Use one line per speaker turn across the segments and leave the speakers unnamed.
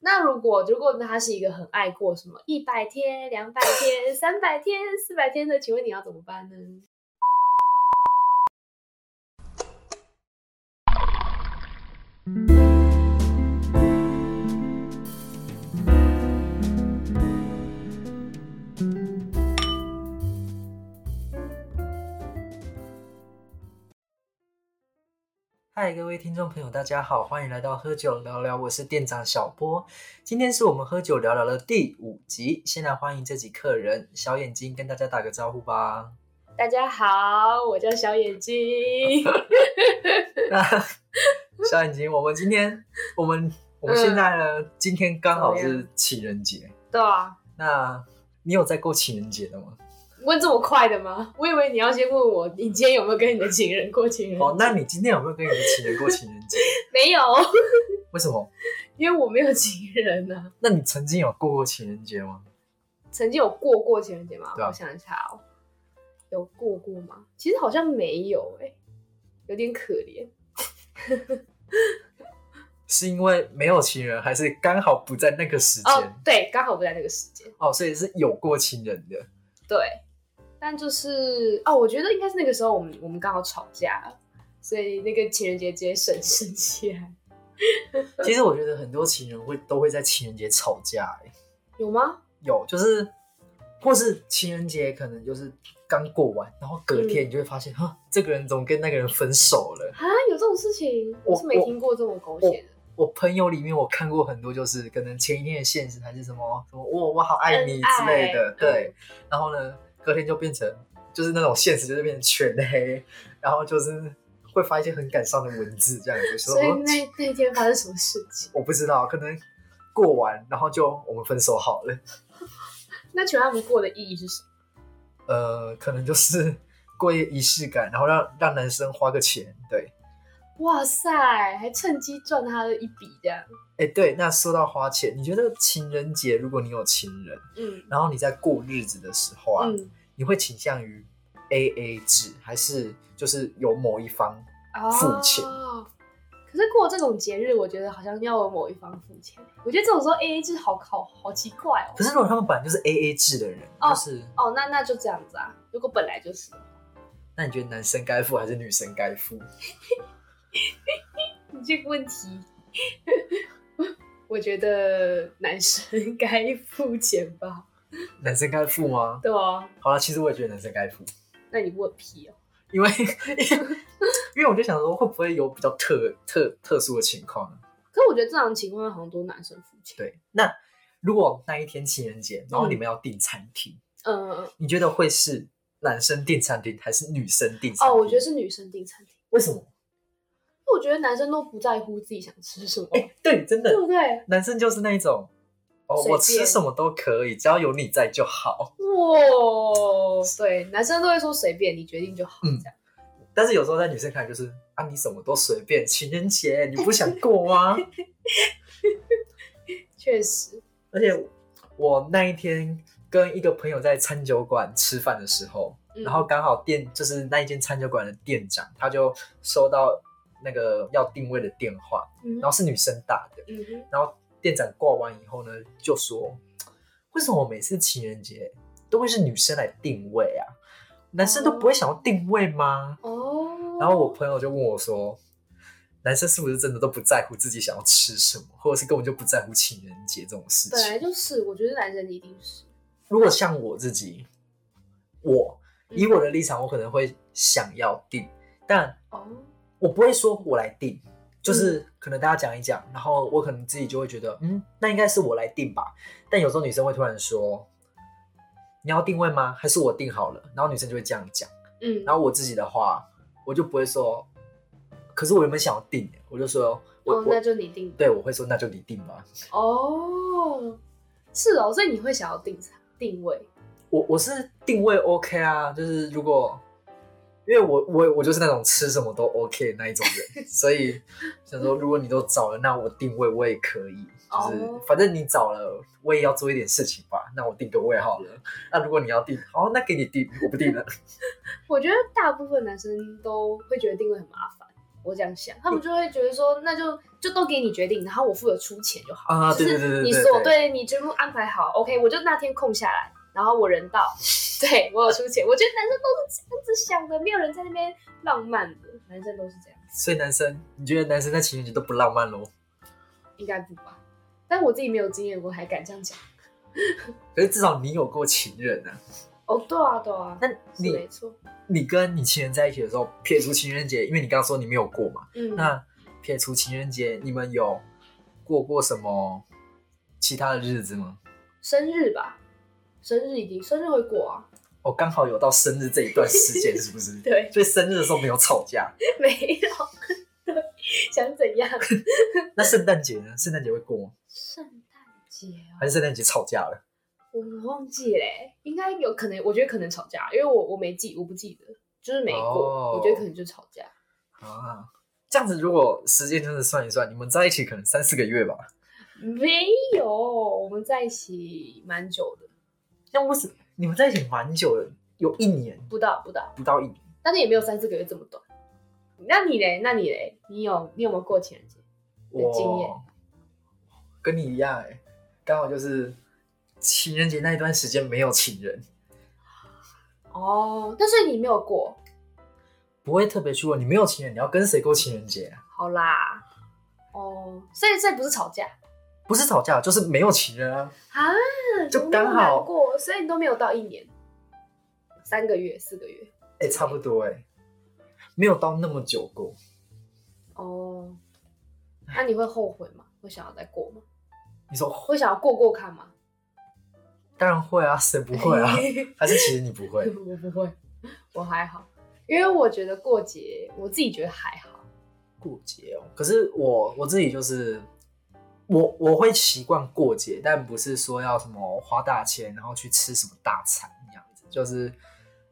那如果如果他是一个很爱过什么一百天、两百天、三百天、四百天的，请问你要怎么办呢？
嗨，各位听众朋友，大家好，欢迎来到喝酒聊聊，我是店长小波。今天是我们喝酒聊聊的第五集，先来欢迎这集客人小眼睛，跟大家打个招呼 吧。
大家好，我叫小眼睛。
那 小眼睛，我们今天，我们我们现在呢，今天刚好
嗯怎么
是情人节。
对啊，
那你有在过情人节的吗？
嗯问这么快的吗？我以为你要先问我，你今天有没有跟你的情人过情人？
哦，那你今天有没有跟你的情人过情人节？
没有，
为什么？
因为我没有情人呢、
那你曾经有过过情人节吗？
曾经有过过情人节吗？
对啊
我想一下哦，有过过吗？其实好像没有哎、有点可怜。
是因为没有情人，还是刚好不在那个时间？
哦，对，刚好不在那个时间。
哦，所以是有过情人的。
对，但就是哦，我觉得应该是那个时候我们我们刚好吵架了，所以那个情人节直接 省省起来，
其实我觉得很多情人会都会在情人节吵架、欸，
有吗？
有就是，或是情人节可能就是刚过完，然后隔
嗯
天你就会发现，哈、这个人怎么跟那个人分手了？
啊，有这种事情，
我
我是没听过这种狗血的。
我朋友里面我看过很多，就是可能前一天的现实还是什么什么，我我好爱你之类的，
恩爱嗯
对。然后呢，隔天就变成就是那种现实就是变成全黑，然后就是会发一些很感伤的文字这样子，说哦
所以那那一天发生什么事情？
我不知道，可能过完然后就我们分手好了。
那请问他们过的意义是什么？
呃，可能就是过一个仪式感，然后让让男生花个钱。对，
哇塞，还趁机赚他的一笔这样。
哎，对。那说到花钱，你觉得情人节如果你有情人，
嗯
然后你在过日子的时候啊，
嗯，
你会倾向于 A A 制，还是就是有某一方？
哦
付钱
可是过这种节日，我觉得好像要有某一方付钱。我觉得这种时候 A A 制好考好奇怪哦。
可是如果他们本来就是 A A 制的人，
哦
就是
哦，那那就这样子啊。如果本来就是，
那你觉得男生该付还是女生该付？
你这个问题，我觉得男生该付钱吧？
男生该付吗？
对啊，
好了，其实我也觉得男生该付，
那你问屁哦。
因为 因为我就想说，会不会有比较特特特殊的情况呢？
可我觉得正常情况下好像都男生付钱。
对，那如果那一天情人节，然后你们要订餐厅，
嗯、呃，
你觉得会是男生订餐厅还是女生订餐
哦，
厅？
我觉得是女生订餐厅，
为什么？
因为我觉得男生都不在乎自己想吃什么，
哎、对，真的
对，不对？
男生就是那一种，哦，
随
我吃
便
什么都可以，只要有你在就好。
哇，对，男生都会说随便你决定就好，
嗯
这样。
但是有时候在女生看来就是啊，你什么都随便，情人节你不想过吗？
确实，
而且我那一天跟一个朋友在餐酒馆吃饭的时候，
嗯
然后刚好店就是那一间餐酒馆的店长，他就收到那个要定位的电话，
嗯
然后是女生打的，
嗯哼，
然后店长挂完以后呢，就说为什么我每次情人节都会是女生来定位啊？男生都不会想要定位吗？
哦，
然后我朋友就问我说。男生是不是真的都不在乎自己想要吃什么，或者是根本就不在乎情人节这种事
本
情？
来就是，我觉得男生一定是，
如果像我自己，我
嗯
以我的立场，我可能会想要定，但
哦，
我不会说我来定，
嗯
就是可能大家讲一讲，然后我可能自己就会觉得，嗯，那应该是我来定吧。但有时候女生会突然说，你要定位吗？还是我定好了？然后女生就会这样讲。
嗯，
然后我自己的话，我就不会说，可是我原本想要定，我就说，我、
哦，那
我
就你定
对我会说那就你定吧。
哦，是哦，所以你会想要定定位，
我我是定位 OK 啊，就是如果因为我我我就是那种吃什么都 OK 的那一种 人，所以想说如果你都找了，那我定位我也可以，就是、
哦
反正你找了，我也要做一点事情吧，那我定个位好了。那如果你要定，好， 那给你定，我不定了。
我觉得大部分男生都会觉得定位很麻烦，我这样想，他们就会觉得说，那就就都给你决定，然后我负责出钱就好。
啊
哦就
对对对
是
对
你
对
所
对
对你全部安排好，OK，我就那天空下来，然后我人到， 对我有出钱。我觉得男生都是这样子想的，没有人在那边浪漫的，男生都是这样，
所以男生，你觉得男生在情人节都不浪漫咯？
应该不吧？但我自己没有经验，我还敢这样讲。
可是至少你有过情人啊。
哦，对啊，对啊，
那
是
你
没错，
你跟你情人在一起的时候，撇除情人节，因为你刚刚说你没有过嘛，
嗯，
那撇除情人节，你们有过过什么其他的日子吗？
生日吧，生日一定，生日会过啊，
哦，刚好有到生日这一段时间，是不是？
对，
所以生日的时候没有吵架。
没有， 对，想怎样？
那圣诞节呢？圣诞节会过吗？
圣诞节啊
还，是圣诞节吵架了？
我们忘记嘞、应该有可能，我觉得可能吵架，因为我我没记，我不记得，就是没过，
哦
我觉得可能就吵架。
啊，这样子如果时间真的算一算，你们在一起可能三四个月吧。
没有，我们在一起蛮久的，
那为什么你们在一起蛮久了？有一年
不到不到，
不到一年，
但是也没有三四个月这么短。那你嘞？那你嘞？你有你有没有过情人节？有经验
我跟你一样哎、刚好就是情人节那一段时间没有情人，
哦，但是你没有过，
不会特别去问你没有情人，你要跟谁过情人节啊、
好啦，哦，所以这不是吵架
不是吵架，就是没有情人啊。
啊，
就
怎么那么
刚好
难过，所以你都没有到一年，三个月、四个月，
哎、差不多哎、没有到那么久过。
哦，那你会后悔吗？会想要再过吗？
你说
会想要过过看吗？
当然会啊，谁不会 啊？还是其实你不会？
我不会，我还好，因为我觉得过节，我自己觉得还好。
过节哦。可是我我自己就是，我我会习惯过节，但不是说要什么花大钱，然后去吃什么大餐这样子，就是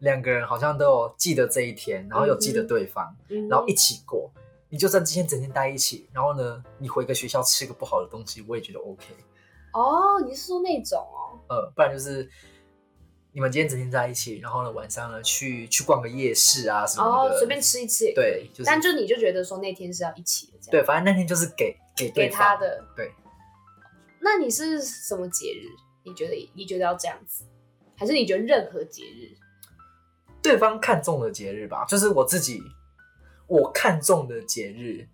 两个人好像都有记得这一天，然后有记得对方，
嗯
然后一起过。你就算今天整天待一起，然后呢，你回个学校吃个不好的东西，我也觉得 OK。
哦，你是说那种哦？
呃，不然就是你们今天整天在一起，然后呢晚上呢去去逛个夜市啊什么
哦
的，，
随便吃一吃也可以，
对，就是
但就你就觉得说那天是要一起的这样，
对，反正那天就是给给对
给他
方
的。
对。
那你是什么节日？你觉得你觉得要这样子，还是你觉得任何节日？
对方看中的节日吧，就是我自己我看中的节日，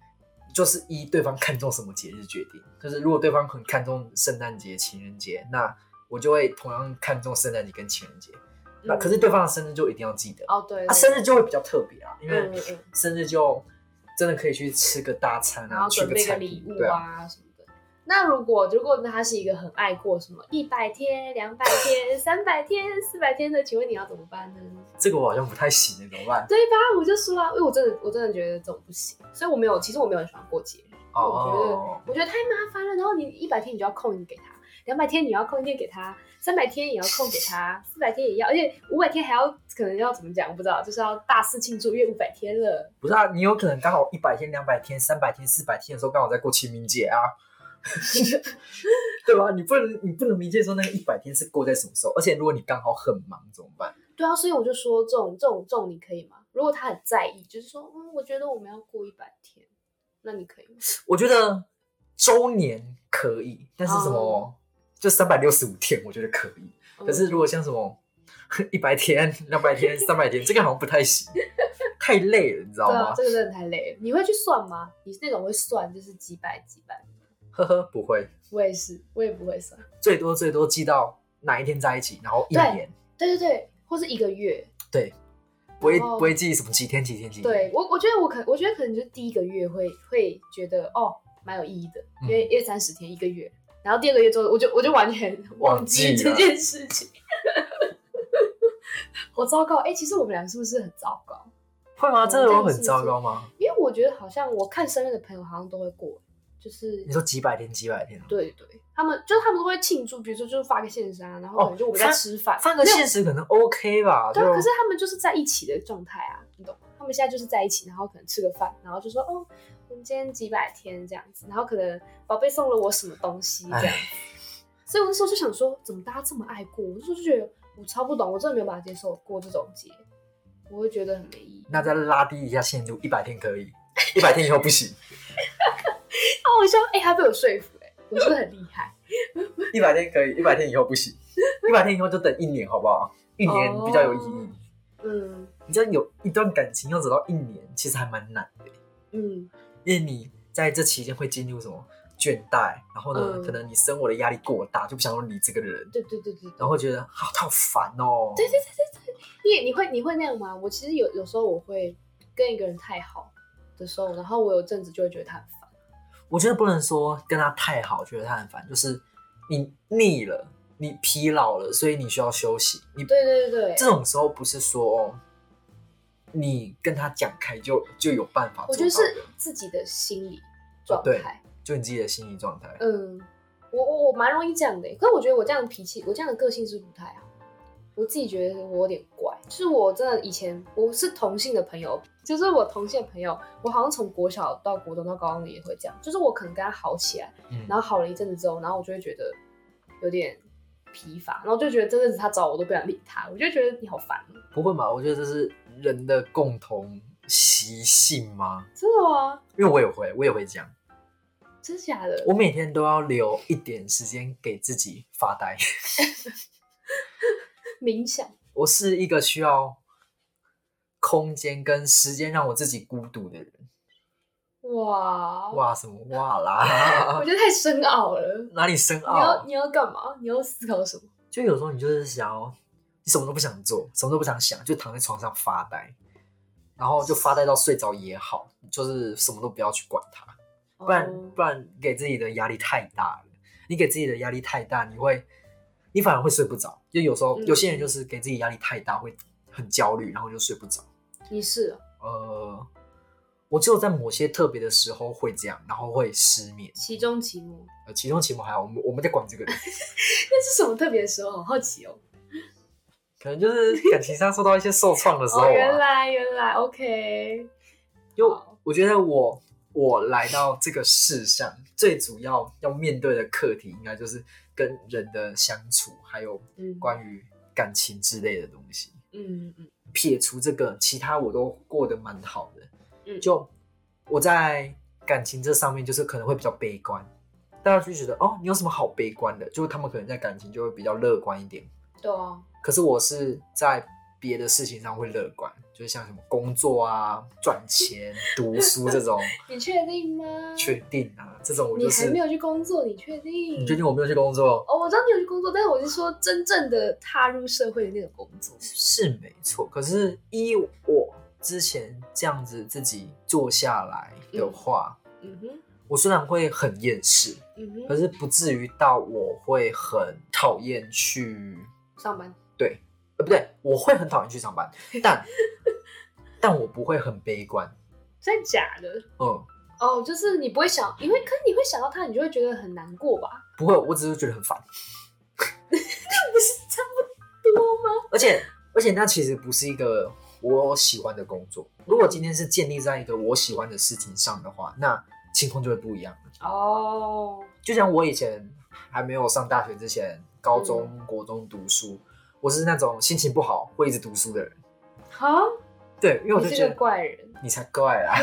就是依对方看中什么节日决定。就是如果对方很看重圣诞节、情人节，那我就会同样看重圣诞节跟情人节。那
嗯
可是对方的生日就一定要记得，
哦，对，
啊，
对
生日就会比较特别啊，因为
嗯嗯
生日就真的可以去吃个大餐
然
啊，
后
去
准备个
餐
礼
厅，
物
对啊，
啊什么的。那如果如果他是一个很爱过什么一百天、两百天、三百天、四百天的，请问你要怎么办呢？
这个我好像不太行，欸怎么办？
对吧？我就说啊，因为我真的我真的觉得这种不行，所以我没有，其实我没有很喜欢过节日，
哦
我觉得太麻烦了。然后你一百天你就要空一给他，两百天你要空一天给他，三百天也要空给他，四百天也要，而且五百天还要可能要怎么讲，我不知道，就是要大肆庆祝，因为五百天了。
不是啊，你有可能刚好一百天、两百天、三百天、四百天的时候，刚好在过清明节啊， 对吧？你不能，你不能明确说那个一百天是过在什么时候，而且如果你刚好很忙怎么办？
对啊，所以我就说这种这种这种你可以吗？如果他很在意，就是说，嗯，我觉得我们要过一百天，那你可以吗？
我觉得周年可以，但是什么、
哦
就三百六十五天，我觉得可以。
嗯
可是如果像什么 一百天、两 百天、三百天，这个好像不太行，太累了，你知
嗯
道
对啊
吗，？
这个真的太累了。你会去算吗？你是那种会算，就是几百几百。
呵呵，不会，
我也是，我也不会算。
最多最多记到哪一天在一起，然后一
对
年，
对对对，或是一个月。
对，不会
然后
不会记什么几天几天几天。
对我，我觉得我可，我觉得可能就是第一个月会会觉得哦，蛮有意义的，因
嗯
为一三十天一个月，然后第二个月之后，我就我就完全忘记
忘记
这
了
件事情。 好糟糕！哎、其实我们俩是不是很糟糕？
会吗？
嗯
真的有很糟糕吗？
因为我觉得好像我看生日的朋友好像都会过，就是
你说几百天几百天啊，
对对，他们就是他们都会庆祝，比如说就是发个现实啊，然后可能就我们在
发
吃饭，
放个
没有
现实可能 OK 吧？
对啊，
就
可是他们就是在一起的状态啊，你懂吗？他们现在就是在一起，然后可能吃个饭，然后就说哦，我们今天几百天这样子，然后可能宝贝送了我什么东西这样哎
唉。
所以我那时候就想说，怎么大家这么爱过？我那时候就觉得我超不懂，我真的没有办法接受过这种节，我会觉得很没意义。
那再拉低一下限度，一百天可以。一百天以后不行，
啊，我说，哎、他被我说服、哎，我是不是很厉害？
一百天可以，一百天以后不行，一百天以后就等一年好不好？一年比较有意
哦
义。
嗯
你知道有一段感情要走到一年，其实还蛮难的，
嗯
因为你在这期间会经历什么倦怠，然后呢，
嗯
可能你生活的压力过大，就不想理这个人，
对对对对对。
然后觉得好他好烦哦。
对对对对对，你也你会你会那样吗？我其实有有时候我会跟一个人太好的时候，然后我有阵子就会觉得他很烦。
我觉得不能说跟他太好，觉得他很烦，就是你腻了，你疲劳了，所以你需要休息。你
对对对对，
这种时候不是说哦你跟他讲开就就有办法
我
做
觉
到
得
的，
是自己的心理状
对
态。
就你自己的心理状态。
嗯，我我我蛮容易这样的欸，可是我觉得我这样的脾气，我这样的个性是不太好。我自己觉得我有点怪，就是我真的以前我是同性的朋友，就是我同性的朋友，我好像从国小到国中到高中也会这样，就是我可能跟他好起来，
嗯
然后好了一阵子之后，然后我就会觉得有点疲乏，然后就觉得这阵子他找我都不想理他，我就觉得你好烦哦，
不会嘛？我觉得这是人的共同习性吗？
真的吗？
因为我也会，我也会这样。
真假的？
我每天都要留一点时间给自己发呆。
冥想，
我是一个需要空间跟时间让我自己孤独的人。
哇，
哇，什么哇
我
啦？
觉得太深奥了。
哪里深
你要
奥？啊
你要干嘛？你要思考什么？
就有时候你就是想要，你什么都不想做，什么都不想想，就躺在床上发呆，然后就发呆到睡着也好，就是什么都不要去管它。不然
哦
不然给自己的压力太大了。你给自己的压力太大，你会你反而会睡不着。就有时候、
嗯
有些人就是给自己压力太大，会很焦虑，然后就睡不着。
你是哦
呃，我只有在某些特别的时候会这样，然后会失眠。
期中期末，
呃，其中期末还好，我们我们在管这个人，
那是什么特别的时候？好好奇哦。
可能就是感情上受到一些受创的时候
哦，原
啊。
来原来，OK。
就
好
我觉得我我来到这个世上，最主要要面对的课题，应该就是跟人的相处，还有
嗯，
关于感情之类的东西。
嗯嗯
撇除这个，其他我都过得蛮好的。
嗯，
就我在感情这上面，就是可能会比较悲观，大家就觉得哦，你有什么好悲观的？就是他们可能在感情就会比较乐观一点。
对啊，
可是我是在别的事情上会乐观，就是像什么工作啊、赚钱、读书这种
你确定吗？
确定啊，这种我
你
就
还
是
没有去工作，你确定？
你确定我没有去工作？
哦，我知道你有去工作，但是我是说真正的踏入社会的那种工作。
是没错，可是依我之前这样子自己做下来的话，
嗯哼，
我虽然会很厌世，
嗯哼，
可是不至于到我会很讨厌去，
上班
呃，不对，我会很讨厌去上班，但 但我不会很悲观，
真假的？
嗯，
哦，就是你不会想，你会，可是你会想到他，你就会觉得很难过吧？
不会，我只是觉得 很烦，
不是差不多吗？
而且而且那其实不是一个我喜欢的工作。如果今天是建立在一个我喜欢的事情上的话，那情况就会不一样了。
哦，
就像我以前还没有上大学之前，高中、
嗯
国中读书，我是那种心情不好会一直读书的人。
哈，
对，因为我
你
就是觉
个
得
怪 人。
你才怪啊！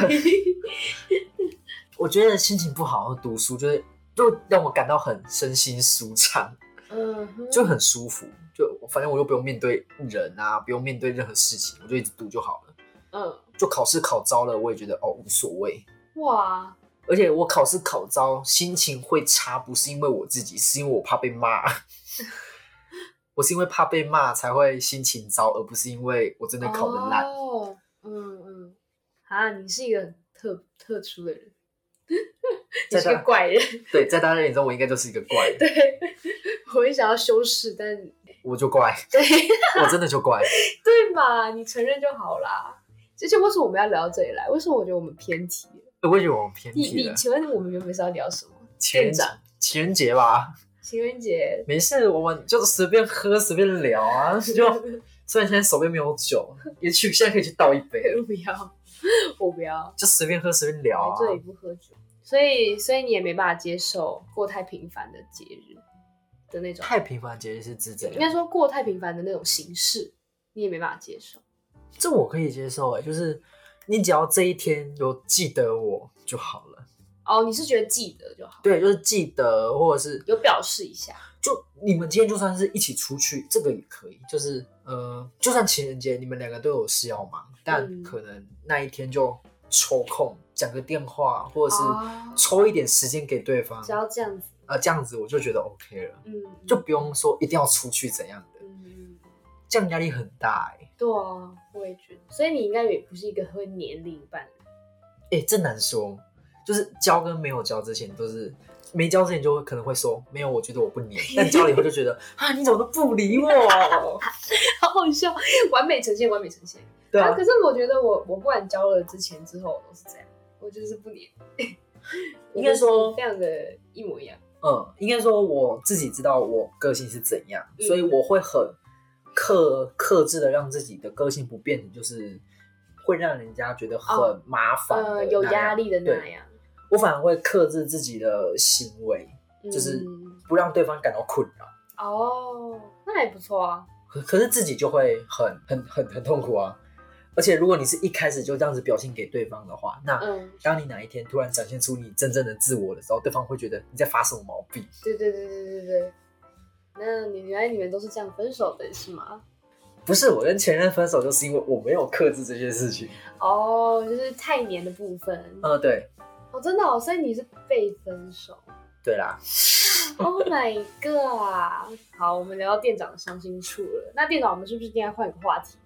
我觉得心情不好读书，就是就让我感到很身心舒畅，
嗯哼，
就很舒服。就反正我又不用面对人啊，不用面对任何事情，我就一直读就好了。
嗯，
就考试考糟了，我也觉得哦无所谓。
哇，
而且我考试考糟，心情会差，不是因为我自己，是因为我怕被骂。 我是因为怕被骂才会心情糟，而不是因为我真的考得烂。
哦，嗯嗯，啊，你是一个很特特殊的人， 你
在
是个
大
怪人，
对，在大家眼中，我应该就是一个怪人，
对， 我也想要修饰，但
我就怪，
对
我真的 就怪。
对嘛，你承认就好啦。而且为什么我们要聊到这里来？为什么我觉得我们偏题了？
我也觉得我们偏
你
题
你
了。
请问我们原本是要聊什么？
情人
店
节
长，
情人节吧，
情人节，
没事，我们就随便喝，随便聊 啊。就虽然现在手边没有酒，也去现在可以去倒一杯，
我不要，我不要，
就随便喝，随便聊
来
啊。
这里不喝酒，所以所以你也没办法接受过太频繁的节日的那种，
太频繁的节日是指怎
应该
样？
说过太频繁的那种形式，你也没办法接受。
这我可以接受哎、就是你只要这一天有记得我就好了。
哦，你是觉得记得就好，
对，就是记得，或者是
有表示一下。
就你们今天就算是一起出去，这个也可以。就是呃，就算情人节你们两个都有事要忙，但
嗯
可能那一天就抽空讲个电话，或者是
哦
抽一点时间给对方
只，要这样子，
呃，这样子我就觉得 OK 了，
嗯，
就不用说一定要出去怎样的，
嗯，
这样压力很大哎、
对啊，我也觉得，所以你应该也不是一个会黏另一半的人。
哎、这难说，就是交跟没有交之前都是。没交之前就会可能会说没有，我觉得我不 黏，但交了以后就觉得啊，你怎么都不理我？
好好笑，完美呈现，完美呈现。
对啊
可，是我觉得我我不管交了之前之后，我都是这样，我就是不黏。
应该说
我就是非常的一模一样。
嗯，应该说我自己知道我个性是怎样，
嗯
所以我会很克克制的让自己的个性不变成就是会让人家觉得很
哦
麻烦、
呃，有压。力的那样，
我反而会克制自己的行为，
嗯
就是不让对方感到困扰。
哦，那也不错啊。
可可是自己就会很很很很痛苦啊！而且如果你是一开始就这样子表现给对方的话，那
嗯，
当你哪一天突然展现出你真正的自我的时候，对方会觉得你在发什么毛病。
对对对对对对。那你原来你们都是这样分手的是吗？
不是我跟前任分手，就是因为我没有克制这些事情。
哦，就是太黏的部分。
呃，对，
哦，真的哦，所以你是被分手。
对啦，
Oh my god！好， 我们聊到店长的伤心处了。那店长，我们是不是应该换个话题？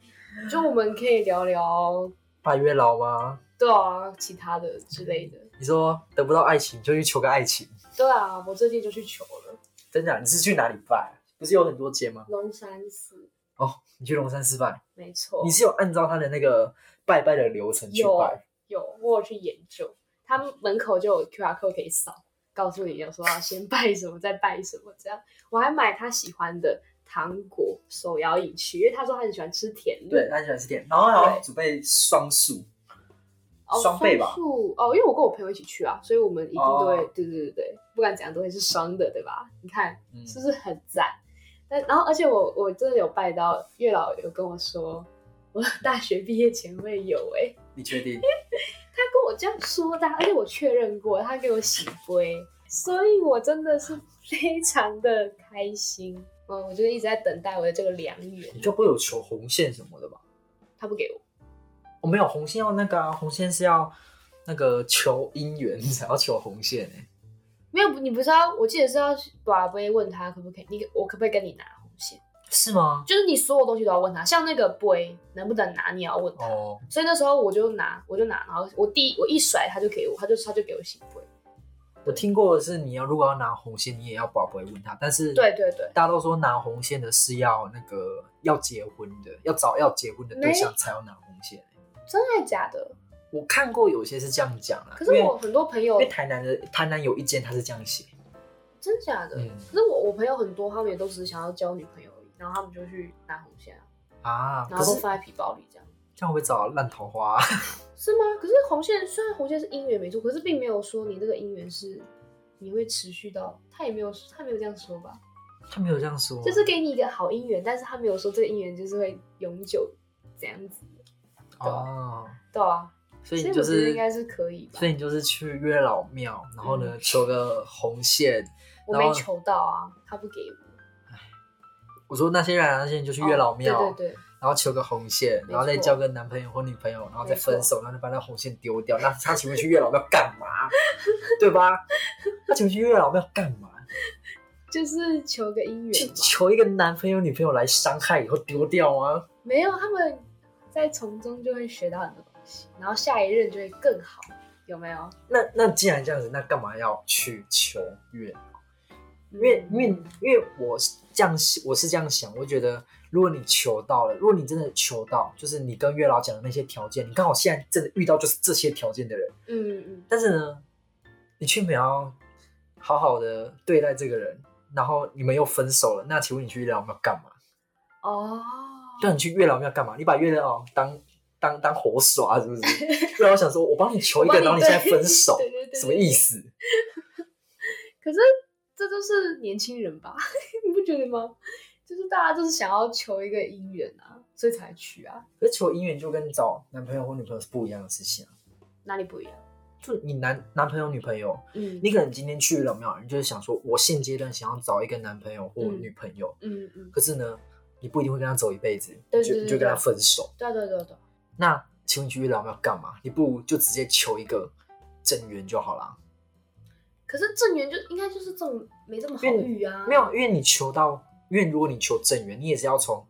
就我们可以聊聊，
怕月老吗？
对啊，其他的之类的。
你说得不到爱情就去求个爱情，
对啊，我最近就去求了
真的啊？你是去哪里拜？不是有很多街吗？
龙山寺，
哦，你去龙山寺拜，
没错
你，是有按照他的那个拜拜的流程去
有
拜。
有我有去研究，他们门口就有 QR code 可以扫，告诉你有说要先拜什么，再拜什么这样。我还买他喜欢的糖果手摇饮去，因为他说他很喜欢吃甜的。
对，他喜欢吃甜，然后还要
对
准备双数，
哦，
双倍吧
双数哦，因为我跟我朋友一起去啊，所以我们一定都会，
哦
对对对对，不管怎样都会是双的，对吧？你看
嗯，
是不是很赞？但然后而且我我真的有拜到月老有跟我说，我大学毕业前会有哎、
你确定？
他跟我这样说的啊，而且我确认过，他给我洗杯，所以我真的是非常的开心。嗯，我就一直在等待我的这个良缘，
你该不会有求红线什么的吧？
他不给我。
我、没有红线要那个啊，红线是要那个求姻缘 才要求红线哎、
没有，你不是要？我记得是要把杯问他可不可以，你我可不可以跟你拿红线？
是吗？
就是你所有东西都要问他，像那个杯能不能拿，你也要问他。
哦，
所以那时候我就拿，我就拿，然后我第一我一甩，他就给我，他就他就给我醒杯。
嗯我听过的是，你要如果要拿红线，你也要宝贝问他，但是
对对对，
大家都说拿红线的是要那个要结婚的，要找要结婚的对象才要拿红线。欸
真的假的？
我看过有些是这样讲啦，
可是
因为
我很多朋友
因为台南的台南有一间他是这样写，
真假的，
嗯
可是我我朋友很多，他们也都只是想要交女朋友而已，然后他们就去拿红线啊，
啊，
然
可
后都
是
放在皮包里这样，
这样会不会找烂桃花、啊？
是吗？可是红线虽然红线是姻缘没错，可是并没有说你这个姻缘是你会持续到，他也没有他没有这样说吧，
他没有这样说，
就是给你一个好姻缘，但是他没有说这个姻缘就是会永久这样子，
哦，
对啊，
所以
所以
你
我
就
觉得
是
应该是可以吧嗯
所以你就是去月老庙，然后呢、求个红线。
我
然
没
后
求到啊，他不给我，
我说那些人啊，那些人就去月老庙，
哦对对对，
然后求个红线，
错
然后再交个男朋友或女朋友，然后再分手，然后再把那红线丢掉。那他请问去月老庙干 嘛？对吧？他请问去月老庙干嘛？
就是求个姻
去
缘嘛。
求一个男朋友、女朋友来伤害以后丢掉啊吗？
没有，他们在从中就会学到很多东西，然后下一任就会更好，有没有？
那那既然这样子，那干嘛要去求月？因
嗯
为因为因为我是这样想，我是这样想，我觉得如果你求到了，如果你真的求到，就是你跟月老讲的那些条件，你刚好现在真的遇到就是这些条件的人，
嗯嗯，
但是呢，你却没有好好的对待这个人，然后你们又分手了，那请问你去月老庙干嘛？
哦，
对，啊你去月老庙干嘛？你把月老当当当活耍是 不是？月老想说，我帮你求一个，
我帮你
然后你现在分手
对对对，对
什么意思？
可是这就是年轻人吧？你不觉得吗？就是大家就是想要求一个姻缘啊，所以才去啊，
可是求姻缘就跟找男朋友或女朋友是不一样的事情啊。
哪里不一样？
就你男男朋友女朋友，
嗯
你可能今天去了没有？你就是想说，我现阶段想要找一个男朋友或
嗯
女朋友，
嗯嗯，
可是呢，你不一定会跟他走一辈子，
对对
你就
对
你就跟他
对
分手。
对啊对啊对啊对啊，
那请问你去月老庙干嘛？你不如就直接求一个正缘就好啦。
可是正缘就应该就是这种没这么好
因为
遇啊，
没有，因为你求到，因为如果你求正缘，你也是要从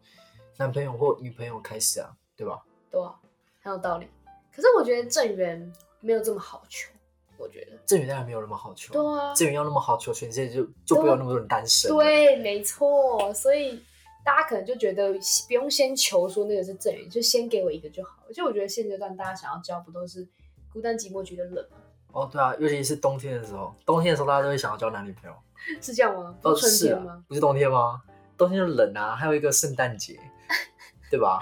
男朋友或女朋友开始啊，对吧？
对啊，很有道理。可是我觉得正缘没有这么好求，我觉得
正缘当然没有那么好求，
对啊，
正缘要那么好求，全世界就就不会有那么多人单身。，
对，没错，所以大家可能就觉得不用先求说那个是正缘，就先给我一个就好了。就我觉得现阶段大家想要交不都是孤单寂寞觉得冷吗？
哦，对啊，尤其是冬天的时候，冬天的时候大家都会想要交男女朋友。
是这样吗？不
哦，
是
是
春天
啊
吗？，
不是冬天吗？冬天就冷啊，还有一个圣 诞节，对吧？哦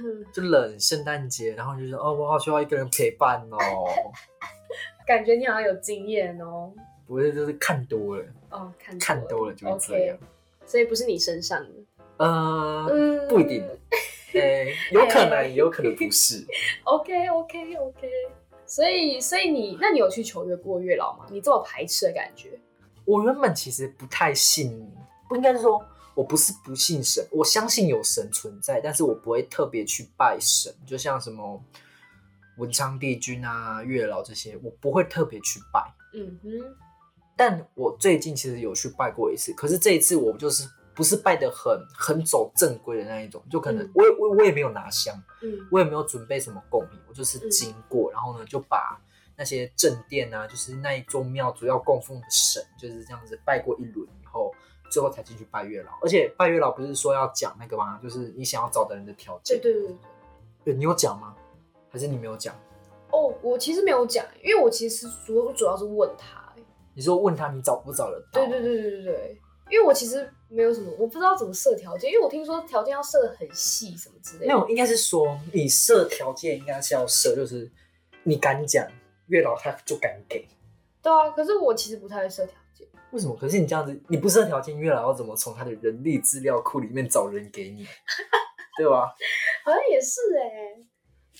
嗯，
就冷圣诞节，然后你就说哦，我好需要一个人陪伴 哦。
感觉你好像有经验哦。
不是，就是看多了，
哦，看多
看多了就会这样。
OK，所以不是你身上的，
呃，
嗯，
不一 定，诶、有可能，
哎
有可能不 是。
OK OK OK，所以所以你，那你有去求月过月老吗？你这么排斥的感觉？
我原本其实不太信，不应该是说我不是不信神，我相信有神存在，但是我不会特别去拜神，就像什么文昌帝君啊、月老这些，我不会特别去拜。
嗯哼，
但我最近其实有去拜过一次，可是这一次我就是不是拜的很很走正规的那一种，就可能
嗯
我也我我也没有拿香，
嗯
我也没有准备什么贡品，我就是经过，然后呢就把那些正殿啊，就是那一座庙主要供奉的神，就是这样子拜过一轮以后，最后才进去拜月老。而且拜月老不是说要讲那个吗？就是你想要找的人的条
对
件，
对对对。
对你有讲吗？还是你没有讲？
哦，我其实没有讲，因为我其实主主要是问他、
你说问他你找不找得到？
对对对对对对，因为我其实没有什么，我不知道怎么设条件，因为我听说条件要设的很细什么之类
没
的。
有，应该是说你设条件应该是要设，就是你敢讲，月老他就敢给。
对啊，可是我其实不太会设条件，
为什么？可是你这样子，你不设条件，月老要怎么从他的人力资料库里面找人给你？对吧？
好像也是哎、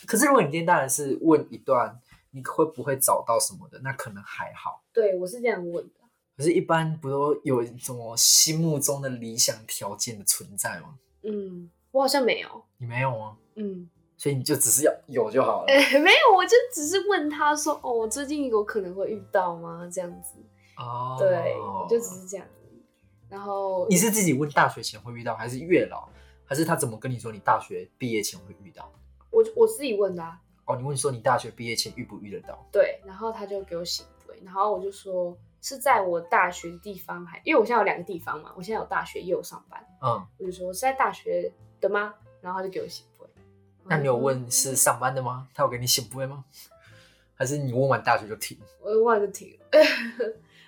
可是如果你今天当然是问一段你会不会找到什么的，那可能还好。
对我是这样问的。
可是，一般不都有什么心目中的理想条件的存在吗？
嗯，我好像没有。
你没有吗？
嗯，
所以你就只是要有就好了。
哎、没有，我就只是问他说，哦，我最近有可能会遇到吗？这样子，
哦，
呃对，我就只是这样而已。然后
你是自己问大学前会遇到，还是月老，还是他怎么跟你说你大学毕业前会遇到？
我我自己问的、啊，
哦，你问说你大学毕业前遇不遇得到？
对，然后他就给我醒杯，然后我就说是在我大学的地方还，因为我现在有两个地方嘛，我现在有大学也有上班，
嗯，
我就说是在大学的吗？然后他就给我醒杯。
那你有问是上班的吗？他有给你醒不会吗？还是你问完大学就停？
我就忘了就停了。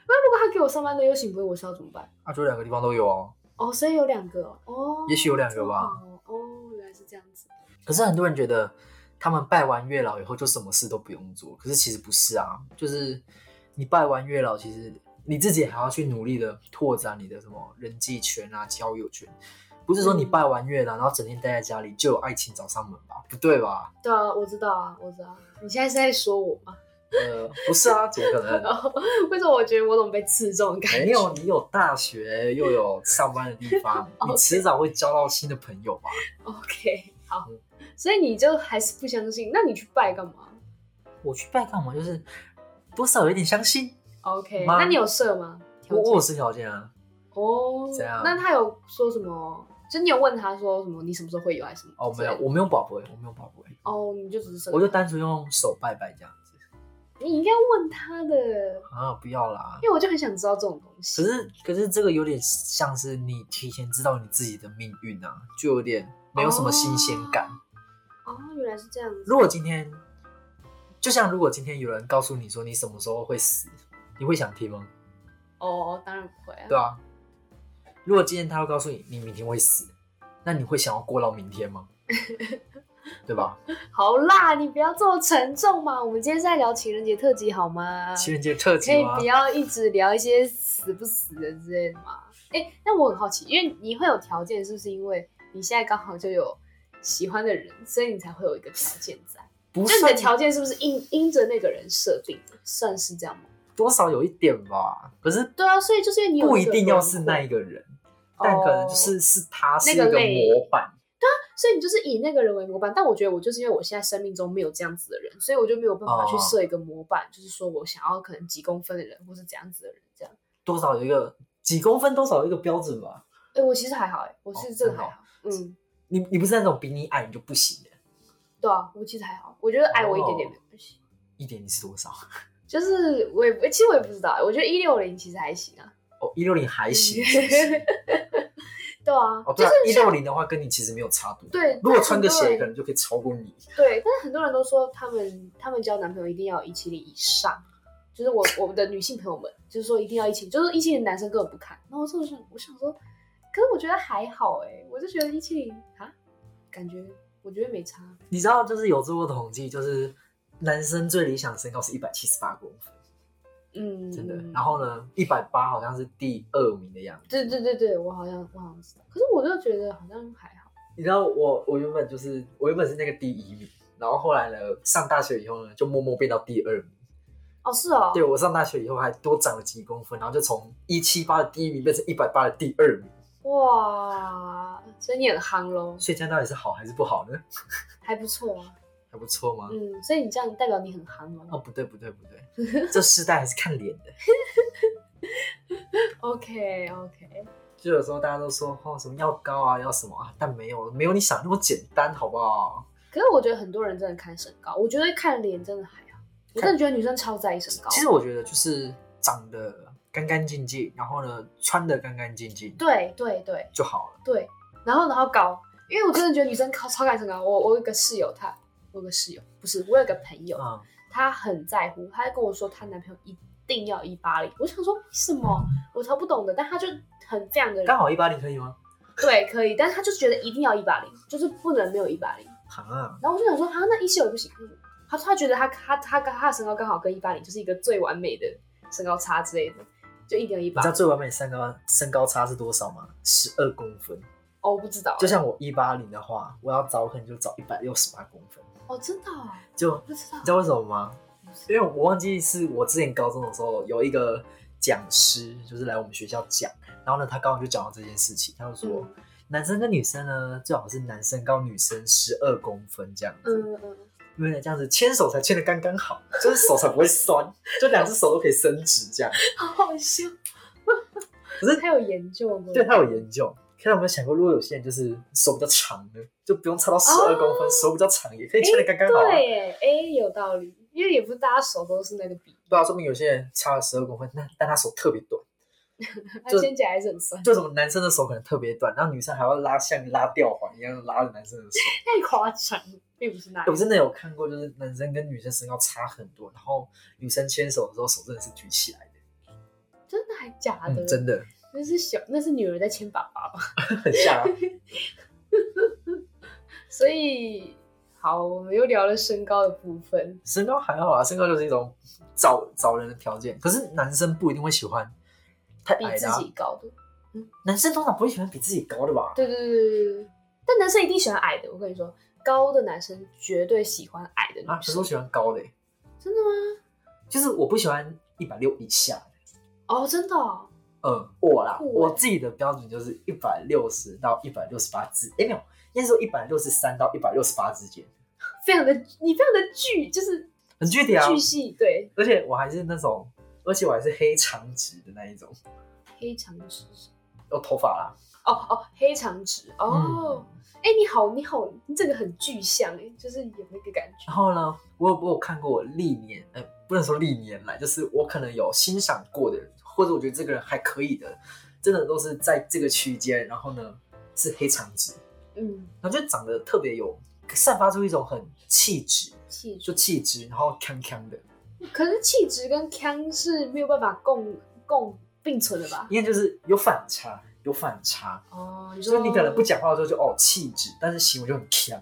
那如果他给我上班的有醒杯，我是要怎么办？
啊，就两个地方都有哦。
哦，所以有两个哦哦，
也许有两个吧
这么好哦，哦，原来是这样子。
可是很多人觉得他们拜完月老以后就什么事都不用做，可是其实不是啊，就是你拜完月老，其实你自己还要去努力的拓展你的什么人际圈啊、交友圈。不是说你拜完月老，然后整天待在家里就有爱情找上门吧？不对吧？
对啊，我知道啊，我知道。你现在是在说我吗？
呃，不是啊，怎么可 能？
然后为什么我觉得我怎么被刺中的感觉？
没有，你有大学又有上班的地方， 你迟早会交到新的朋友吧？
OK，好，所以你就还是不相信？那你去拜干嘛
我去拜干嘛？就是多少有点相信。
？OK，
妈
那你有设吗？条
我
件
我有是条件啊，
哦
怎样，
那他有说什么？就你有问他说什么？你什么时候会有还是什么？
哦，没有，我没有宝贝，我没有宝贝。
哦，你就只是设，
我就单纯用手拜拜这样子
你应该问他的，
啊，不要啦
因。为我就很想知道这种东西。
可是可是这个有点像是你提前知道你自己的命运啊，就有点没有什么新鲜感。
哦，原来是这样子。
如果今天，就像如果今天有人告诉你说你什么时候会死，你会想听吗？
哦，当然不会啊。
对啊。如果今天他会告诉你你明天会死，那你会想要过到明天吗？对 吧？
好啦，你不要这么沉重嘛。我们今天是在聊情人节特辑好吗？
情人节特
啊可
辑
以
吗
不？要一直聊一些死不死的之类的吗？哎、那我很好奇，因为你会有条件，是不是因为你现在刚好就有喜欢的人，所以你才会有一个条件在？
不
就你的
算
条件是不是因因着那个人设定的？算是这样吗？
多少有一点吧，可是
对啊，所以就是因为你有
不
这
一
个
定要
轮
是
廓
那一个人，但可能就是、是他是一
哦那
个
个类
模板，
所以你就是以那个人为模板，但我觉得我就是因为我现在生命中没有这样子的人，所以我就没有办法去
哦
设一个模板，就是说我想要可能几公分的人，或是怎样子的人这样。
多少有一个几公分，多少有一个标准吧。
哎、我其实还好、哎，
哦
我是真的还好，嗯，
你你不是那种比你矮你就不行的，
对啊，我其实还好，我觉得矮我一点
哦
点没关系。
一点你是多少？
就是我也其实我也不知道，我觉得一六零其实还行啊。嗯
哦，一六零还行，是不是
对啊，
哦对啊，一六零的话跟你其实没有差多。
对
如果穿个
但很多
鞋
人
可能就可以超过你。
对，但是很多人都说他们他们交男朋友一定要一七零以上，就是我我们的女性朋友们就是说一定要一七零，就是一七零男生根本不看。然后我真的是我想说，可是我觉得还好哎、我就觉得一七零啊，感觉我觉得没差。
你知道，就是有做过统计，就是男生最理想身高是一百七十八公分，
嗯，
真的。然后呢，一百八好像是第二名的样子。
对对对对，我好像我好像知道，可是我就觉得好像还好。
你知道我我原本就是我原本是那个第一名，然后后来呢，上大学以后呢，就默默变到第二名。
哦，是哦，
对我上大学以后还多长了几公分，然后就从一七八的第一名变成一百八的第二名。
哇，所以你很夯喽，
所以这样到底是好还是不好呢？
还不错啊。
还不错吗？
嗯，所以你这样代表你很夯哦。
哦，不对不对不对，这世代还是看脸的。
OK OK，
就有时候大家都说哦什么要高啊要什么啊，但没有没有你想那么简单，好不好？
可是我觉得很多人真的看身高，我觉得看脸真的还好。我真的觉得女生超在意身高。
其实我觉得就是长得干干净净，然后呢穿的干干净净，
对对对
就好了。
对，然后然后高，因为我真的觉得女生超超看身高。我我有一个室友她，我有个室友不是，我有个朋友，
嗯，
她很在乎，她跟我说她男朋友一定要一八零，我想说为什
啊
么，我超不懂的，但她就很非常的
刚好一八零可以吗？
对可以，但是她就觉得一定要一八零，就是不能没有一八零。
啊，
然后我就想说，啊，那一七九不行。他他觉得他他他跟他的身高刚好跟一八零就是一个最完美的身高差之类的，就一点一
你
八
知。道最完美身高身高差是多少吗？十二公分。
哦，我不知道欸，
就像我一八零的话，我要找可能就找一百六十八公分。
哦，真的、啊，
就
不知道
你知。道为什么吗？因为我忘记是我之前高中的时候有一个讲师，就是来我们学校讲，然后呢，他刚好就讲到这件事情，他就说、
嗯
男生跟女生呢，最好是男生高女生十二公分这样子，
嗯嗯嗯，
因为呢这样子牵手才牵的刚刚好，就是手才不会酸， 就两只手都可以伸直这样。
好好笑。
可是
他有研究吗？
对他有研究，看有没有想过，如果有些人就是手比较长呢，就不用差到十二公分，手比较长也可以牵的刚刚好、啊。
哦对耶，哎、有道理，因为也不是大家手都是那个比，
对啊，说明有些人差了十二公分，但但他手特别短。
他牵起来还是很酸，
就什么男生的手可能特别短，然后女生还要拉像拉吊环一样拉着男生 的手。
太夸张了，并不是那
我
样。
真的有看过，就是男生跟女生身高差很多，然后女生牵手的时候手真的是举起来的，
真的还假的？
嗯，真的
那是小，那是女儿在牵爸爸吧？
很像、啊。
所以，好，我们又聊了身高的部分。
身高还好啊，身高就是一种找找人的条件，可是男生不一定会喜欢太
比
矮
自
的、啊，
己高的。
男生通常不会喜欢比自己高的吧？
对对对对对对，但男生一定喜欢矮的。我跟你说，高的男生绝对喜欢矮的女
啊，可是
生。
我喜欢高的欸、
真的吗？
就是我不喜欢一百六以下的。
哦，真的、哦。
嗯，我啦，
酷欸
我自己的标准就是一百六十到一百六十八之，哎、没有，应该说一百六十三到一百六十八之间，
非常的，你非常的巨，就是
很具体啊。
巨细，对，
而且我还是那种，而且我还是黑长直的那一种，
黑长直。
有头发啦。
哦哦，黑长直
嗯
哦，哎、你好，你好，你这个很具象哎，就是有那个感觉
然。后呢，我有我有看过我历年，哎、不能说历年来，就是我可能有欣赏过的人，或者我觉得这个人还可以的，真的都是在这个区间，然后呢是黑长直，
嗯，
然后就长得特别有，散发出一种很气质，
气质
就。气质，然后锵锵的。
可是气质跟腔是没有办法共共并存的吧？
因为就是有反差，有反差。
哦，你
所
说
以你可能不，讲话的时候就哦气质，但是行为就很强，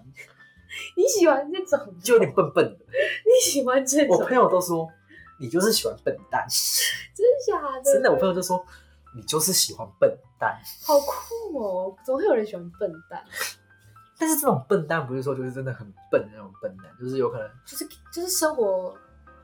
你喜欢这种，
就有点笨笨 的。
你喜欢这种，
我朋友都说你就是喜欢笨蛋，
真假的？
真的，我朋友就说你就是喜欢笨蛋。
好酷哦！怎么会有人喜欢笨蛋？
但是这种笨蛋不是说就是真的很笨的那种笨蛋，就是有可能
就是就是生活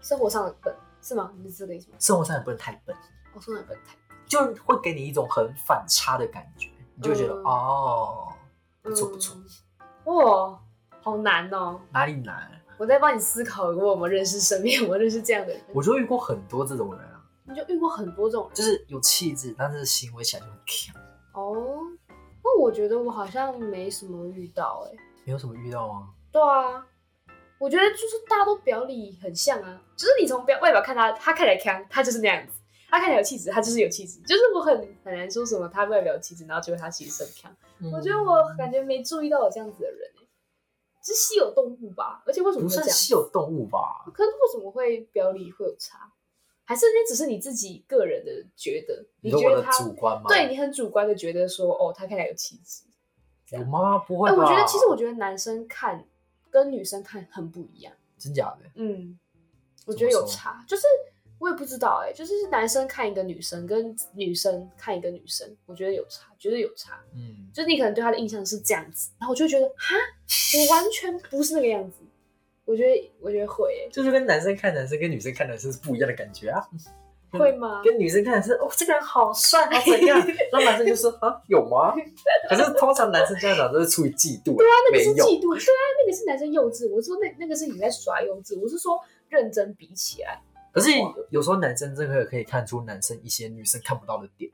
生活上的笨是吗？你是这个意思吗？哦
生活上也不能太笨，
我说的笨太
就会给你一种很反差的感觉，你就会觉得、
嗯
哦，不错不错，
嗯哇，好难哦！
哪里难？
我在帮你思考，如果我们认识身边，我们认识这样的人，
我就遇过很多这种人啊，
你就遇过很多这种人
就是有气质，但是行为起来就很强。
哦。那我觉得我好像没什么遇到哎、
没有什么遇到吗？
对啊，我觉得就是大家都表里很像啊，就是你从表外表看他，他看起来强，他就是那样子；他看起来有气质，他就是有气质。就是我很很难说什么他外表有气质，然后结果他其实很强。我觉得我感觉没注意到有这样子的人、欸，是稀有动物吧？而且为什么
不
会这
算
样？
稀有动物吧？
可是为什么会表里会有差？还是那只是你自己个人的觉得？
你说
觉
我
得
的
他
主观吗？
对，你很主观的觉得说，哦，他看起来有气质。
有吗？不会
哎、
吧？
我觉得其实我觉得男生看跟女生看很不一样。
真假的，
嗯，我
怎
觉得
么
有
说
差，就是我也不知道哎、就是男生看一个女生跟女生看一个女生，我觉得有差，绝对有差。
嗯，
就是你可能对她的印象是这样子，然后我就觉得哈，我完全不是那个样子。我觉得，我觉得会、欸，
就是跟男生看男生跟女生看男生是不一样的感觉啊。嗯
会吗？
跟女生看男生，哦，这个人好帅，好怎 样？然后男生就说啊，有吗？可是通常男生这样讲都是出于嫉妒，对啊
那个是
没有
嫉妒，对啊，那个是男生幼稚。我说那那个是你在耍幼稚，我是说认真比起来，
可是
啊
有时候男生真的可以看出男生一些女生看不到的点。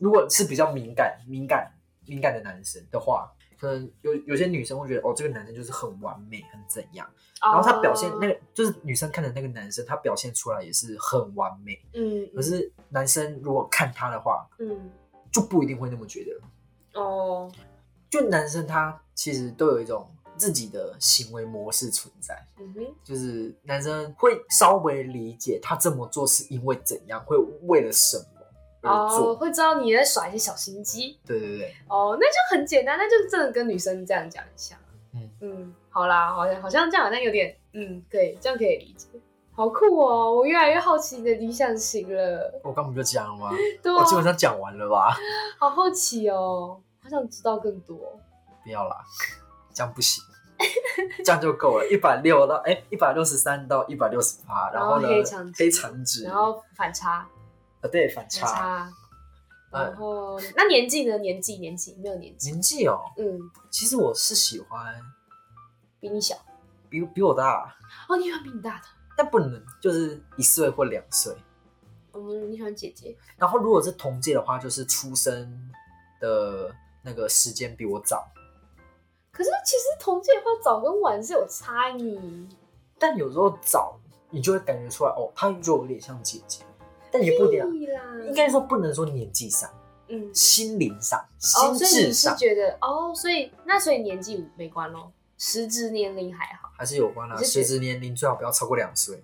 如果是比较敏感、敏感、敏感的男生的话，可能有有些女生会觉得，哦，这个男生就是很完美，很怎样。然后他表现
个，
那个，就是女生看的那个男生，他表现出来也是很完美。
嗯，
可是男生如果看他的话，
嗯，
就不一定会那么觉得。
哦，
就男生他其实都有一种自己的行为模式存在。
嗯哼，
就是男生会稍微理解他这么做是因为怎样，会为了什么而做。
哦，会知道你在耍一些小心机，
对对对，
哦，那就很简单，那就真的跟女生这样讲一下。
嗯
嗯，好啦，好像好像这样，好像有点，嗯，可以，这样可以理解。好酷哦！我越来越好奇你的理想型了，
我刚不就讲了吗？
对
我基
啊，
本上讲完了吧？
好好奇哦，好想知道更多。
不要啦，这样不行，这样就够了。一百六到哎，一百六十三到一百六十八，然后呢，
然哦后黑长直
黑长直，
然后反差，
呃对反
反
差，呃
然后那年纪呢？年纪，年纪没有年纪，
年纪哦，
嗯，
其实我是喜欢
比你小
比比我大，
哦，你喜欢比你大的，
但不能就是一岁或两岁。
嗯，你喜欢姐姐，
然后如果是同届的话，就是出生的那个时间比我早，
可是其实同届的话，早跟晚是有差异。
但有时候早你就会感觉出来哦，她就有点像姐姐，但也不一定啊，
屁啦，
应该说不能说年纪上，
嗯，
心灵上、
哦，所
心
以
智
你是
上、
觉得哦，所以那所以年纪没关咯，实质年龄还好。
还是有关啦、
你是觉
实
得
质年龄最好不要超过两岁，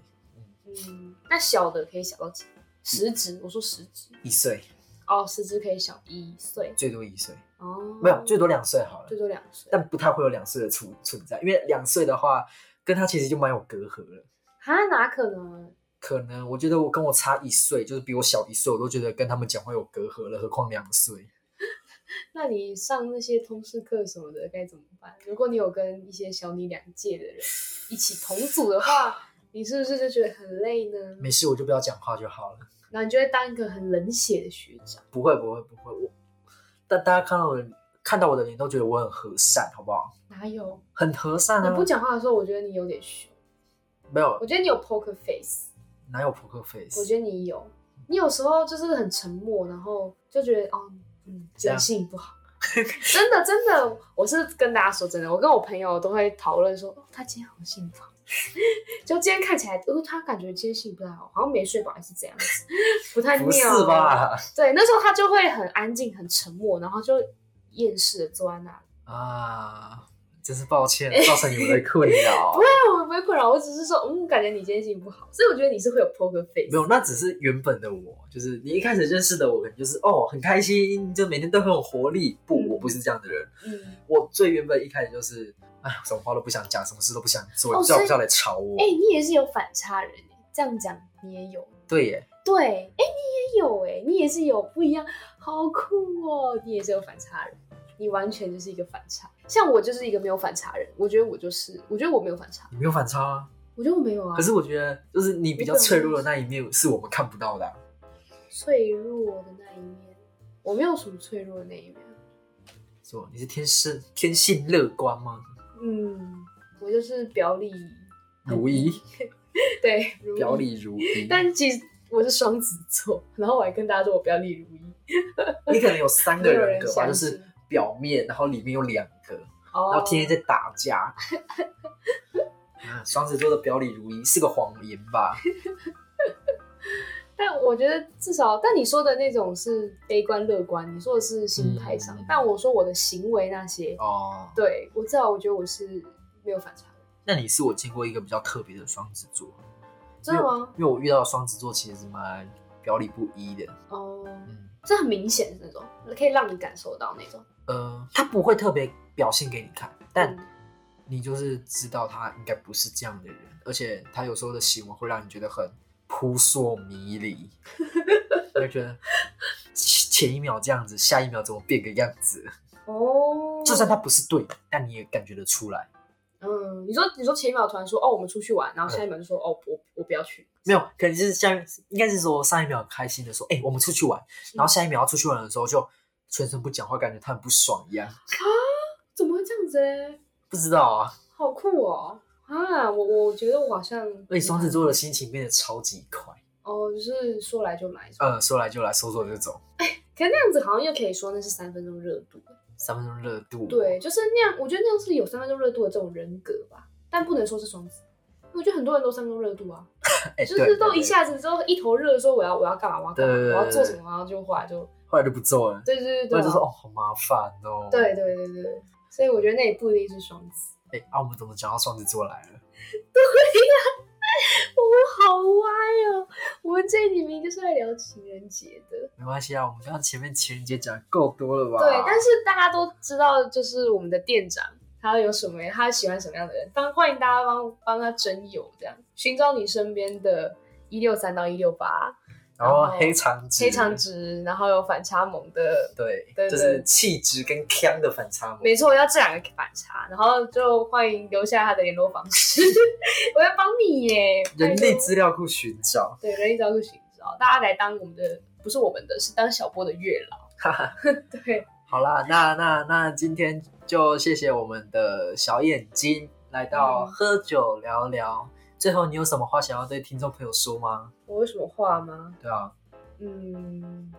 嗯，那小的可以小到几？实质，我说实质
一岁
哦，实质可以小一岁
最多一岁，
哦，
没有最多两岁好了
最，多两岁
但不太会有两岁的存存在，因为两岁的话跟他其实就蛮有隔阂了。
啊？哪可能？
可能我觉得我跟我差一岁，就是比我小一岁，我都觉得跟他们讲话有隔阂了，何况两岁。
那你上那些通识课什么的该怎么办？如果你有跟一些小你两届的人一起同组的话，你是不是就觉得很累呢？
没事，我就不要讲话就好了。
然后你就会当一个很冷血的学长。
不会，不会，不会。我，但大家看到我的看到我的脸都觉得我很和善，好不好？
哪有？
很和善
你
啊
不，讲话的时候，我觉得你有点凶。
没有
我觉得你有 poker face。
哪有扑克
我
face？
觉得你有，你有时候就是很沉默，然后就觉得哦，嗯，
这
人
样
性不好。 真的，真的，我是跟大家说真的，我跟我朋友都会讨论说，哦，他今天好 幸福，就今天看起来，哦，他感觉今天性不太好，好像没睡饱还是怎样子，不太
不是
妙。？啊
吧？
对，那时候他就会很安静、很沉默，然后就厌世的坐在那里。
啊，真是抱歉，造成你们的困扰
不。会啊，我不会困扰，我只是说，嗯，感觉你今天心情不好，所以我觉得你是会有 poker face。
没有，那只是原本的我，就是你一开始认识的我，可能就是哦，很开心，就每天都很有活力。不，
嗯
我不是这样的人。
嗯，
我最原本一开始就是，哎，什么话都不想讲，什么事都不想做，
哦
你最好
所以
不要来吵我。
欸哎、你也是有反差人耶，这样讲你也有。
对耶，
对，哎、你也有哎、你也是有不一样，好酷哦！你也是有反差人，你完全就是一个反差。像我就是一个没有反差人，我觉得我就是，我觉得我没有反差，
你没有反差啊。
我觉得我没有啊。
可是我觉得，就是你比较脆弱的那一面是我们看不到的啊、
脆弱的那一面，我没有什么脆弱的那一面。
是吧？你是天生天性乐观吗？
嗯，我就是表里
如一，
对如一
表里如一。
嗯但其实我是双子座，然后我还跟大家说我表里如一。
你可能有三个人格吧，
没有人相
就
信
是表面，然后里面有两个，
哦
然后天天在打架。啊，双子座的表里如一是个谎言吧？
但我觉得至少，但你说的那种是悲观乐观，你说的是心态上，
嗯
但我说我的行为那些，
哦，
对我至少我觉得我是没有反差的，
那你是我见过一个比较特别的双子座，
真的吗？
因为我遇到的双子座其实蛮表里不一的。
哦、
嗯，
这很明显的那种，可以让你感受到那种。
呃，他不会特别表现给你看，但
嗯
你就是知道他应该不是这样的人，而且他有时候的行为会让你觉得很扑朔迷离，你会觉得前一秒这样子，下一秒怎么变个样子？
哦，
就算他不是对的，但你也感觉得出来。
嗯，你说你说前一秒突然说哦我们出去玩，然后下一秒就说、哦我我不要去，
没有，可能就是像应该是说上一秒开心的说，哎、我们出去玩，然后下一秒要出去玩的时候就全程不讲话，感觉他很不爽一样。
怎么会这样子嘞？
不知道啊，
好酷哦！啊，我我觉得我好像，
而且双子座的心情变得超级快，
哦，就是说来就来，
嗯，说来就来，说走就走，
可是那样子好像又可以说那是三分钟热度。
三分钟热度。
对，就是那样，我觉得那样是有三分钟热度的这种人格吧，但不能说是双子。我觉得很多人都三分钟热度啊，
哎，
就
对
是都
对
一下子之后一头热，说我要我要干嘛，我要干嘛，
对对对
我要做什么，然后就后来就
后来就不做了，
对对对
后
对
来就说
啊，
哦，好麻烦哦。
对，对对对对，所以我觉得那也不一定是双子。
哎，啊，我们怎么讲到双子座来了？
我好歪哦，我们这一集明明就是在聊情人节的，
没关系啊，我们刚刚前面情人节讲够多了吧？
对，但是大家都知道，就是我们的店长。他有什么？他喜欢什么样的人？当欢迎大家帮帮他征友，这样寻找你身边的一六三到一六八，
然后黑长直，
非常，直，然后有反差萌的，
对，
对
就是气质跟腔的反差萌。
没错，要这两个反差，然后就欢迎留下他的联络方式， 我要帮你耶，
人
拜
力
托
资料库寻找，
对人力招是寻找，大家来当我们的不是我们的，是当小波的月老，
哈哈。
对，
好啦，那那那今天就谢谢我们的小眼睛来到
嗯
喝酒聊聊。最后，你有什么话想要对听众朋友说吗？
我有什么话吗？
对啊，
嗯，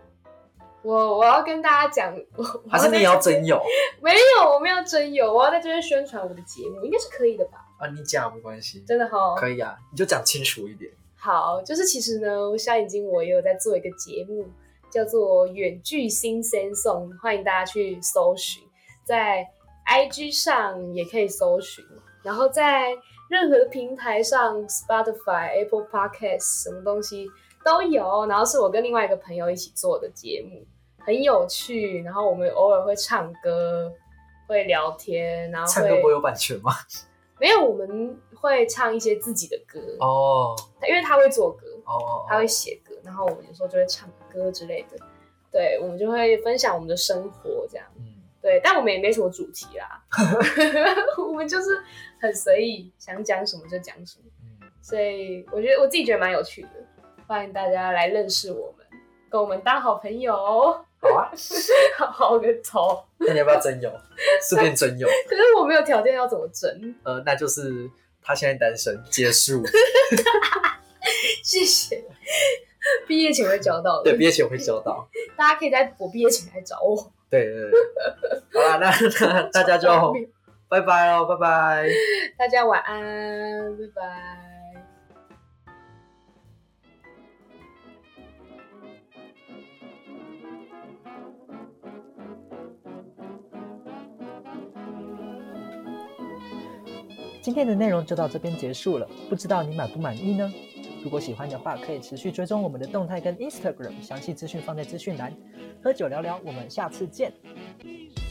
我我要跟大家讲，我
还是你也
我
要
在这边
真有
没有，我没有真有，我要在这边宣传我的节目，应该是可以的吧？
啊？你讲没关系，
真的哈，
可以啊，你就讲清楚一点。
好，就是其实呢，小眼睛我也有在做一个节目，叫做《远距新鲜颂》，欢迎大家去搜寻，在 IG 上也可以搜寻，然后在任何平台上，Spotify、Apple Podcast 什么东西都有。哦然后是我跟另外一个朋友一起做的节目，很有趣。然后我们偶尔会唱歌，会聊天，然后
唱歌不会
会
有版权吗？
没有我们会唱一些自己的歌，
哦
因为他会做歌。
哦哦，
他会写歌，然后我们有时候就会唱歌之类的。对，我们就会分享我们的生活这样。
嗯，
对，但我们也没什么主题 啦，我们就是很随意，想讲什么就讲什么。
嗯
所以我觉得我自己觉得蛮有趣的，欢迎大家来认识我们，跟我们当好朋友。
好啊，
好好个头，
那你要不 要真有？顺便真有，
可是我没有条件要怎么整？
呃，那就是他现在单身，结 束。
谢谢，毕业前会交到的
对，，毕业前我会交到。
大家可以在我毕业前来找我。
对对对，好啦，那那大 家就拜拜哦喽，拜拜。
大家晚安，拜拜。
今天的内容就到这边结束了，不知道你满不满意呢？如果喜欢的话，可以持续追踪我们的动态跟 Instagram，详细资讯放在资讯栏。喝酒聊聊，我们下次见。
Please